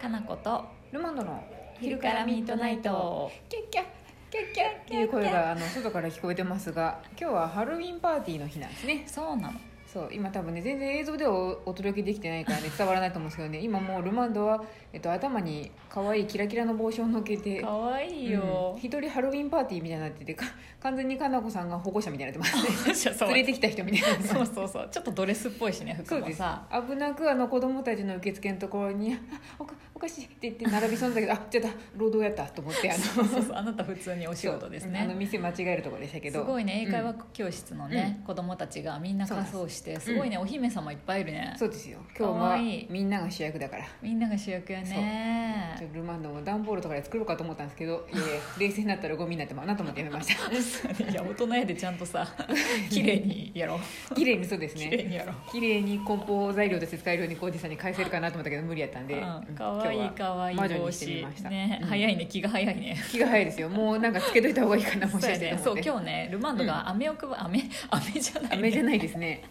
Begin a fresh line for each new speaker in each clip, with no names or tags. かなこと
ルマンドの
昼からミートナイト
キャッキャッキャッキャッキャッキャッっていう声があの外から聞こえてますが今日はハロウィンパーティーの日なんですね
そうなの
そう今多分ね全然映像ではおお届けできてないからね伝わらないと思うんですけどね今もうルマンドは、えっと、頭に可愛いキラキラの帽子をのっけて
かわいいよ、
うん一人ハロウィンパーティーみたいになっててか完全にかなこさんが保護者みたいになってますね
そう
連れてきた人みたいになって
そ
ま
う
す
そうそうちょっとドレスっぽいしね
そ
服
う
も
です
さ
危なくあの子供たちの受付のところにあ「おかおかしい」って言って並びそうなんだけど「あちょっと労働やった」と思ってあの
そうそうそうあなた普通にお仕事です
そうあの
ね
店間違えるところでしたけ
す
ど
ごいね英会話
うん
教室のね、子供たちがみんな仮装してすごいね、お姫様いっぱいいるね
そうですよ
か
今日
わ
はい
い
みんなが主役だから
みんなが主役や
ちょ
ね
っとルマンドも段ボールとかで作ろうかと思ったんですけどいやいや冷静になったらゴミになってまうなと思ってやめま し
いや大人やでちゃんと さ綺麗にやろう
た 綺麗にそうです
綺麗
ね
にやろう
綺麗に梱包材料として使えるようにコージさんに返せるかなと思ったけど無理やったんで、
うん
うん
かわいい
今日は
かわいい
魔女
帽
にしてみ
子
ました、
ね、
うん
早いね気が早いね
気が早いですよもうなんかつけといた方がいいかなもし
そう
かし
や
て
ね
と
そ
思
う
って
今日ねルマンドが飴を配る飴飴じゃない、ね、
飴じゃないで すね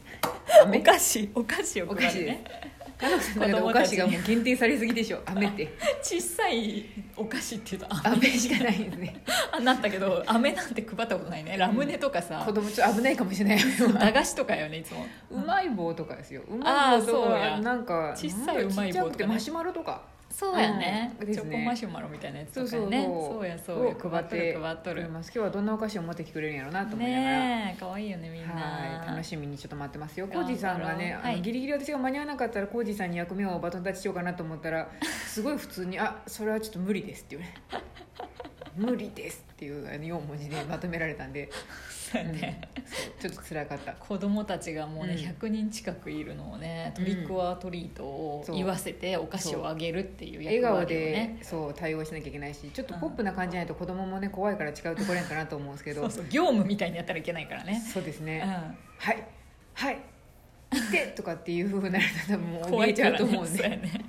お菓子お菓子を
お菓
配
子
る
で
ね
すかのこさんの中でお菓子がもう限定されすぎでしょ飴って
小さいお菓子っていうとあ
飴しかないですね
あなったけど飴なんて配ったことないねラムネとかさ
子、供ちょっと危ないかもしれ ない
駄菓子とかよねいつも
うまい棒とかですようまい棒と
あーそうや
かなんか
小さいうまい棒とかね
ちっちゃくてマシュマロとか
そうやね,、
うんです
チョ
ね
コマシュマロみたいなやつとかね
そうそうそう
やそうや
を
配っとる配っと
くれ
る
ます今日はどんなお菓子を持ってきてくれるんやろうなと思いながら、
ねえかわいいよねみん
は
ない
楽しみにちょっと待ってますよコ
頑張
ー
ろう
ジさんがね、あ
は
の
い
ギリギリ私が間に合わなかったらコージさんに役目をバトンタッチしようかなと思ったらすごい普通に「あそれはちょっと無理です」って言われ 無理です」っていうあの4文字でまとめられたんで、
そうや ね、
うんそうちょっと辛かった
子供たちがもうね、
うん
100人近くいるのをねトリックオアトリートを
そう
言わせてお菓子をあげるっていう
笑
役
顔
割を
で、
ね
そう対応しなきゃいけないしちょっとポップな感じじゃないと子供もね怖いから違うところやんかなと思うんですけど
そうそう業務みたいにやったらいけないからね、
そうです
う
ね、
ん、
はいはい行ってとかっていうふうになると多分もう
怖
怯え
い
ち
か
ゃう
ら
と思うん
ねそうや
で
ね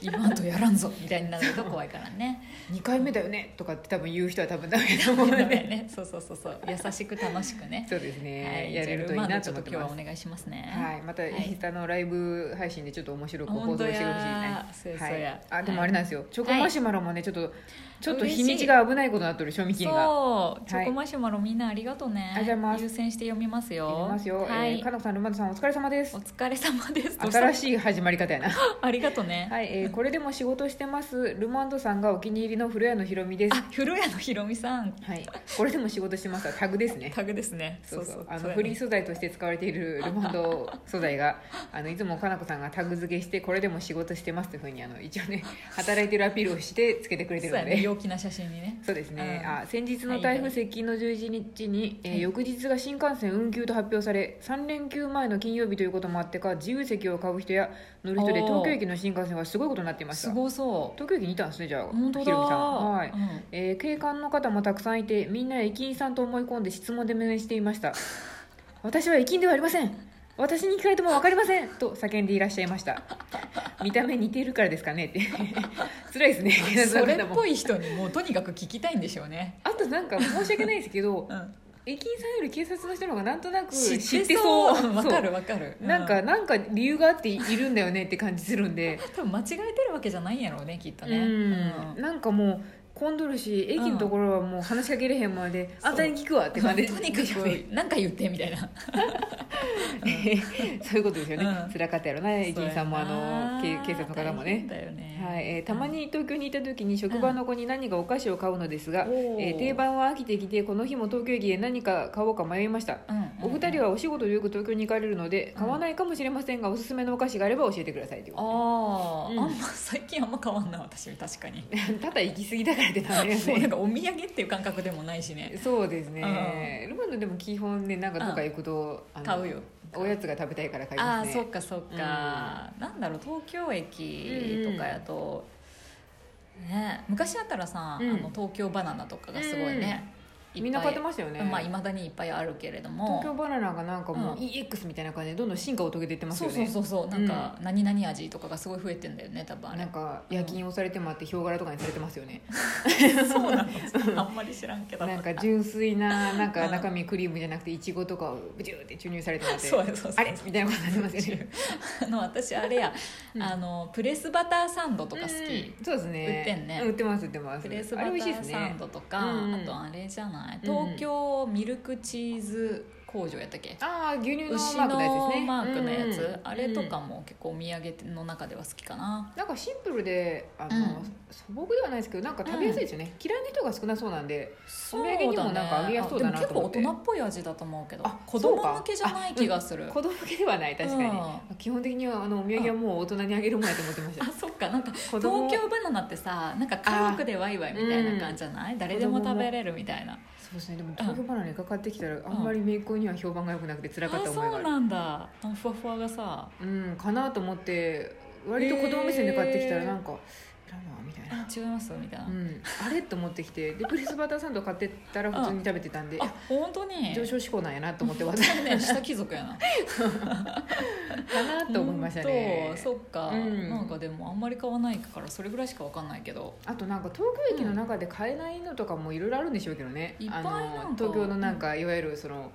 今あとやらんぞみたいになると怖いからね
2回目だよねとかって多分言う人は多分ダメだと思
そううんだ
で
ねそうそうそうそう優しく楽しくね
そうですね、
はい
やれるといいなと思って
じゃあルマンドちょっと今日
ます
はお願いしますね
はい、また
い
インスタのライブ配信でちょっと面白く放
本
送
当
してほしいね
やそうやそう
はい
や、
あでもあれなんですよ、チョコマシュマロもねちょっとちょっと
嬉し
日
い
にちが危ないことになってる賞味期限が
そうチョコマシュマロみんなありがとうね、
ありがとうございます
優先して読みますよ
いきますよ、
はい
えーかなこさんルマンドさんお疲れ様です
お疲れ様です
新
い
しい始まり方やな は
ありがとうね、
い、えーこれでも仕事してますルマンドさんがお気に入りの古谷のひろみです
あ古谷のひろみさん
はいこれでも仕事してますはタグですね
タグですね
そうそうあ
そう
の
やね
フリー素材として使われている ルマンド素材があのいつもかなこさんがタグ付けしてこれでも仕事してますというふうにあの一応ね働いてるアピールをしてつけてくれて
そう
るの
やね
で
陽気な写真にね
そうですね、
うん
あ先日の台風接近の11日に、えー
はい
翌日が新幹線運休と発表され3連休前の金曜日ということもあってか自由席を買う人や乗る人で
おー
東京駅の新幹線はすごいことになっていまし
す
た
ごそう
東京駅にいたんですねじゃあ
本当
ひ
だ
ろみさんはい、
うん
えー警官の方もたくさんいてみんな駅員さんと思い込んで質問で面していました 私は駅員ではありません私に聞かれても分かりませんと叫んでいらっしゃいました見た目似ているからですかねって 辛いですね警
そ
察
れ
の
っ
方も
ぽい人にもうとにかく聞きたいんでしょうね、
あとなんか申し訳ないですけど
うん、
駅員さんより警察の人の方がなんとなく
知
知
っ
ってて
そ
そうう
わか
そう
るわかる、う
なんかなんか理由があっているんだよねって感じするんで
多分間違えてるわけじゃないんや ろうねきっとね
うんなんかもう混んどるし駅のところはもう話しかけれへんまで、
そう
あんたに聞くわって
まあ
感
と
じ
に かく何か言ってみたいな
そういうことですよね、
うん
辛かったやろな駅員さんもあのけ警察の方も
大変
ね
だよね
はいえーたまに東京にいた時に職場の子に何かお菓子を買うのですが、
うんおー
えー定番は飽きてきてこの日も東京駅で何か買おうか迷いました、
うんうんうん
お二人はお仕事でよく東京に行かれるので
ん
買わないかもしれませんがおすすめのお菓子があれば教えてくださいという
ああ、
こうん
あんま最近あんま変わんない私確かに
とで ただ行き過ぎだからってなります
もうなん
ね
かお土産っていう感覚でもないしね
そうですねルマンドでも基本ねなんかどっか行くと、あの
買うよ
おやつが食べたいから買い
あ
ま
あー
すね
そっかそっか、なんだろう東京駅とかやと、ね、昔あったらさ、
うん
あの東京バナナとかがすごいね、いっぱい
みんな買ってましたよね、
まあいまだにいっぱいあるけれども
東京バナナがなんかもううん EX みたいな感じでどんどん進化を遂げていってます
そ
よ
う
ね
そうそうそうなんか何々味とかがすごい増えてんだよね多分あれ
なんか夜勤をされてもあってヒョウ柄とかにされてますよね、
そうな のあんまり知らんけど
なんか純粋ななんか
うん
中身クリームじゃなくていちごとかをブチューって注入されてもらって
そうそうそう
あれみたいなことになってますよね
あの私あれや、
うん
あのプレスバターサンドとか好き、
うんそうですね
売ってんね
う売ってます売ってます
プレス
あ
バタ
れ美味しいで
ー
す
サ
ね
ンドとか、
うんうん
あとあれじゃない
うんうん
東京ミルクチーズ工場やったっけ、
ああ牛乳の
牛
マークのやつです
の
ね
マークのやつ、
うんうん
あれとかも結構お土産の中では好きかな、
なんかシンプルであの、
うん
素朴ではないですけどなんか食べやすいですよね、嫌いな人が少なそうなんで
そう
お土産にもなんかあげやすそうだな
でも
と思っ
結構
て
大人っぽい味だと思うけど
あ
子
そう
供
か
向けじゃない気がする
子供向けではない確かに、
う
基本的にはあのお土産はもう大人にあげるもんやと思ってました
あそっかなんか
子供
東京バナナってさなんか家族でワイワイみたいな感じじゃない、誰でも食べれるみたいな
そうですねでも東京バナナにかかってきたらあんまり姪っ子には評判が良くなくて辛かっ
あ
た
そ
思いがあ
う
る
なんだあのふわふわがさ
うんかなと思って割と子供目線で買ってきたらなんか「いらんわ」みたいな。
あ違いますみたいな、
うん、あれと思ってきてでプレスバターサンド買ってったら普通に食べてたんで
あ本当に
上昇志向なんやなと思って私
ね下貴族やな
かな と思いましたね
本当そっか、
うん
なんかでもあんまり買わないからそれぐらいしかわかんないけど
あとなんか東京駅の中で買えないのとかもいろいろあるんでしょうけどね、
いっぱい
あ
な
の
んか
東京のなんかいわゆるその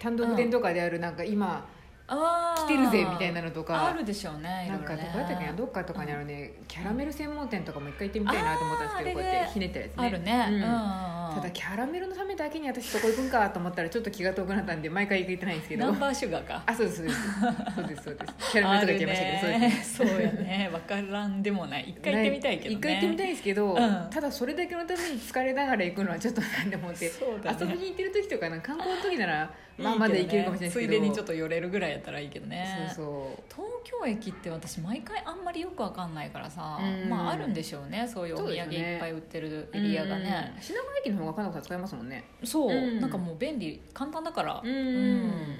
単独店とかであるなんか今
ああ
来てるぜみたいなのと
あ
か、
るでしょうねい
な
ろい
ん
ろ
かど
ね
こやったっけなどっかとかにあるね、キャラメル専門店とかも一回行ってみたいなと思ったんですけど
あー
こう
あれ
やっ
ね
てひねったやつね
あるね、
う
うんん、
ただキャラメルのためだけに私そこ行くんかと思ったらちょっと気が遠くなったんで毎回行ってないんですけど
ナンバーシュガーか
あそうですそうですそうですそうですキャラメルとか言っちゃいましたけどそうですね
そうそうやねわからんでもない一回行ってみたいけどね
一回行ってみたいですけど、
うん
ただそれだけのために疲れながら行くのはちょっとなんで思って、
そうだ
遊び
ね
に行ってる時とかなんか観光の時なら
いいけどね
まあまだ行けるかもしれないですけど
ついでにちょっと寄れるぐらいやったらいいけどね
そうそう
東京駅って私毎回あんまりよくわかんないからさ、
うん
まああるんでしょうねそういうお
そう
土産
ですね
いっぱい売ってるエリアがね
うん品川駅の方がかなり使えますもんね
そう、
うん
なんかもう便利簡単だから
うん
う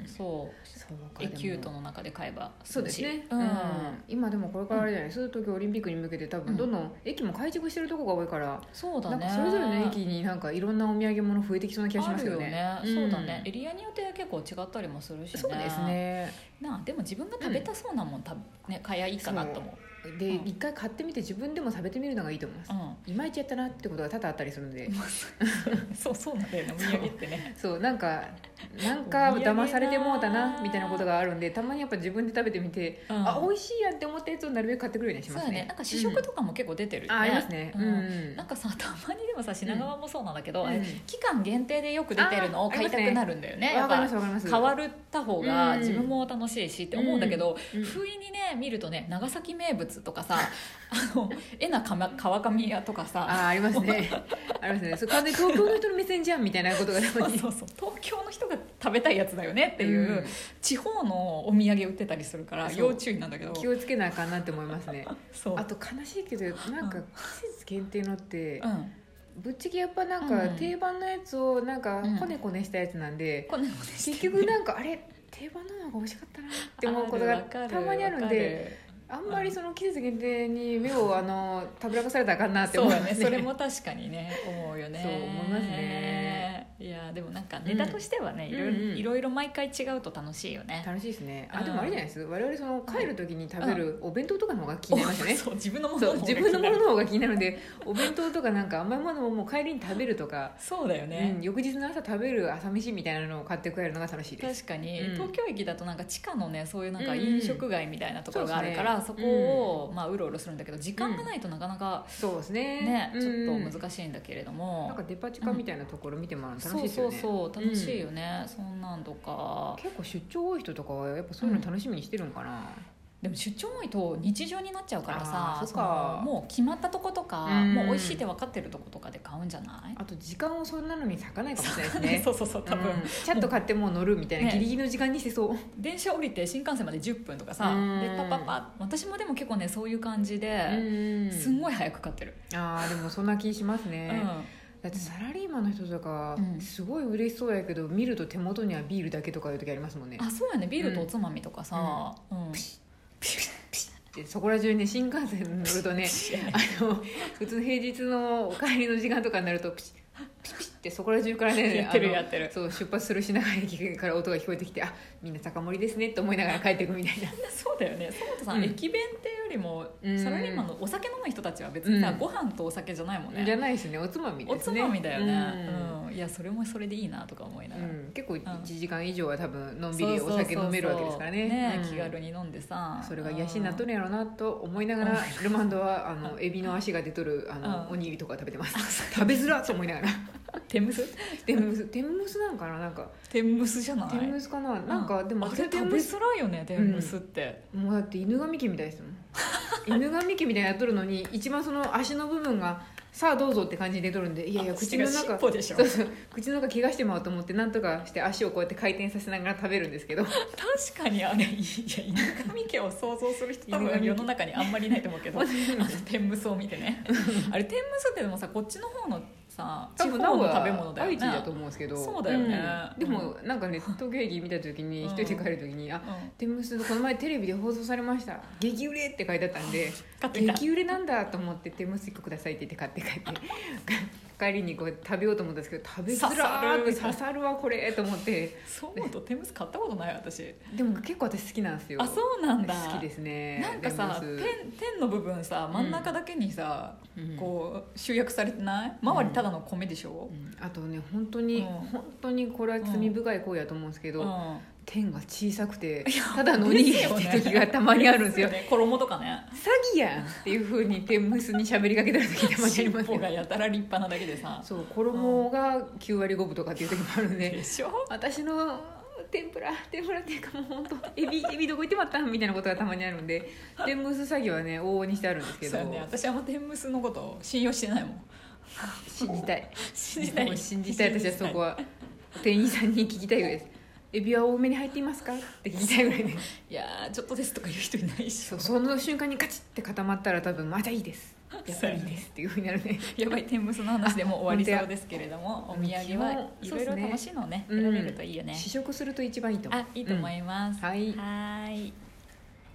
んそう
そうか
エキュー
で
ト
も
の中で買えば
そうですね、
うん、
今でもこれからあれじゃないですか東京オリンピックに向けて多
う
分
ん
どんどん駅も改築してるとこが多いから、
そうだ
なん
ね
かそれぞれの駅になんかいろんなお土産物増えてきそうな気がし
あ
ます
る
よ
よ
ね
ねそうだね、エリアによって結構違ったりもするし、ね、
そうですね
なあでも自分が食べたそうなもん、たね、買えばいいかなと思う
で、
うん
一回買ってみて自分でも食べてみるのがいいと思います、
う
いまいちやったなってことが多々あったりするんで、
ん、そうそうなんだよねお土産ってね
そうな んかなんか騙されてもうたなみたいなことがあるんでたまにやっぱ自分で食べてみて、
うん
あ美味しいやんって思ったやつをなるべく買ってくるようにし
そう
ま
だ
す
ね
ね
なんか試食とかも結構出てる
うん
よね、
あありますねうん、
なんかさたまにでもさ品川もそうなんだけど、
うん
あれ期間限定でよく出てるのを買いたくなるんだよねや
わ
っ
か
ぱ
りますわかります
変わった方が
うん
自分も楽しいしって思うんだけど、
うん
不意にね見るとね長崎名物とかさあのえなかま川上屋とかさ
ああありますね ありますねそれ完全に東京の人の目線じゃんみたいなことがた
そ
ま
う
に
そうそう東京の人が食べたいやつだよねっていう、
うん
地方のお土産売ってたりするから
そう
要注意なんだけど
気をつけなあかんなって思いますね
そう
あと悲しいけどなんか
うん
季節限定のって
うん
ぶっちゃけやっぱなんか
うん
定番のやつをなんか
うん
こねこねしたやつなんで、
こんなの
結局なんかあれ定番なのが美味しかったなって思うことがたまにあるんであんまりその季節限定に目 をあのたぶらかされたらあかんなって
そ
思
う
う
だ ねそれも確かにね思うよね
そう思いますね
いやでもなんかネタとしてはね、いろいろ
うんうん
いろいろ毎回違うと楽しいよね
楽しいですねあ
うん
でもあれじゃないです我々その帰る時に食べるお弁当とかの方が気になりましたね
そう 自分のもの
そう
方が
自分のものの方が気になるんでお弁当とかなんか甘いものももう帰りに食べるとか、
そうだよ
う
ね
ん、、翌日の朝食べる朝飯みたいなのを買って帰るのが楽しいです
確かに、
うん
東京駅だとなんか地下のねそういうなんか
うんうん
飲食街みたいなところがあるから、
そ
そう
です
こ
ね
を、まあうろうろするんだけど時間がないとなかなか
そうですね
ね、
うん
ちょっと難しいんだけれど
な
も
んかデパ地下みたいなところ見てもらうの楽しい
そう
です
そ
よ
う
ね、
そう楽しいよね、そんなんとか
結構出張多い人とかはやっぱそういうの楽しみにしてるんかな、
でも出張多いと日常になっちゃうから
あ
さ
ーそっか
そのもう決まったとことか、
うん
もう美味しいって分かってるとことかで買うんじゃない
あと時間をそんなのに割かないかもしれないですね
そうそうそう多分、
うんちゃんと買ってもう乗るみたいな
ね
ギリギリの時間にしてそう、
電車降りて新幹線まで10分とかさ、
うん
でパッパッパッ私もでも結構ねそういう感じで、すん
い
ごい早く買ってる、
あーでもそんな気します
うん
ね、だってサラリーマンの人とか
うん
すごい嬉しそうやけど見ると手元にはビールだけとかいう時ありますもんね
あそうやねビールとおつまみとかさ、うんピシ
でそこら中にね新幹線に 乗るとね
ッ
あの普通の平日のお帰りの時間とかになるとプチップチップチッってそこら中か らね
やってる
あの
やってる
そう出発する品川駅から音が聞こえてきてあみんな高森ですねと思いながら帰っていくみたいな
そうだよねそう本さん、
うん
駅弁っていうよりも
うん
サラリーマンのお酒飲む人たちは別にさ、
うん
ご飯とお酒じゃないもんね
じゃないですねおつまみ
お
です
つ
ね
まみだよね
うん
うん、いやそれもそれでいいなとか思いながら、
うん結構1
ん
時間以上は多分のんび
そう
り
そうそう
お
そう
酒飲めるわけですからね
ね
うん
気軽に飲んでさ
それが癒しになっとるんやろうなと思いながらルマンドはあのエビの足が出とるあの、
うん
おにぎりとか食べてます食べづらっと思いな がら
うん天むす
天むす天むすなんかななんか
天むすじゃない
天むすかな、なんかでも
あれ
天
食べ
むす
づらいよね天むすって、
もうだって犬神家みたいで すもん犬神家みたいになっとるのに一番その足の部分がさあどうぞって感じで出とるんでいやいや口の
足が
中
尻尾でしょ
そうそう口の中怪我してまうと思ってなんとかして足をこうやって回転させながら食べるんです けど
確かにあれいや犬神家を想像する人多
犬神
分
家
世の中にあんまりいないと思うけどあの天むすを見てねあれ天むすってでもさこっちの方のさ地方の食べ物だよね
愛知だと思うんですけど
そうだよね
うんでもなんかね東京駅見た時に
うん
一人で帰る時に「あ
うん
天むすこの前テレビで放送されました激売れ」って書いてあったんで
買ってきた
激売れなんだと思って「天むす一個ください」って言って買って帰 って帰りにこう食べようと思ったんですけど食べづらーっ
刺
て
さる
刺さるわこれと思って
そう思うと天むす買ったことない私
でも結構私好きなんですよ
あそうなんだ
好きですね
なんかさ
天むす
天天の部分さ真ん中だけにさ、
うん
こう集約されてない周りただの米でしょ
う、んあとね本当に、
うん
本当にこれは罪深い行為だと思うんですけ
うん
ど、天が小さくて
いや
ただのおにぎりって時がたまにあるんですよ
ね衣とかね
詐欺やんっていうふうに天むすに喋りかけてる時たまにあり
尻
ますけ
尾
ど
がやたら立派なだけでさ
そう衣が9割5分とかっていう時もあるんで
でしょ
私の天ぷら天ぷらっていうかもう本当 エビエビどこ行ってまったんみたいなことがたまにあるんで天むす詐欺はね往々にしてあるんですけ
そ
ど、
うね私あんま天むすのことを信用してないもん
信じたい
信じた
もう
い
信じた い私はそこは店員さんに聞きたいぐらいですエビは多めに入っていますかって聞きたいぐらいで
いやーちょっとですとか言う人いないっし
そ
ょ
うその瞬間にカチッて固まったら多分まだいいですやっぱりいいですっていうふうになるね
やばい天むすの話でもう終わりそうですけれどもお
本
土
当や
産はいろいろ楽しいのをね
うん
選べるといいよね、
試食すると一番いいと思う
あいいと思
ま
います、
はい
はーい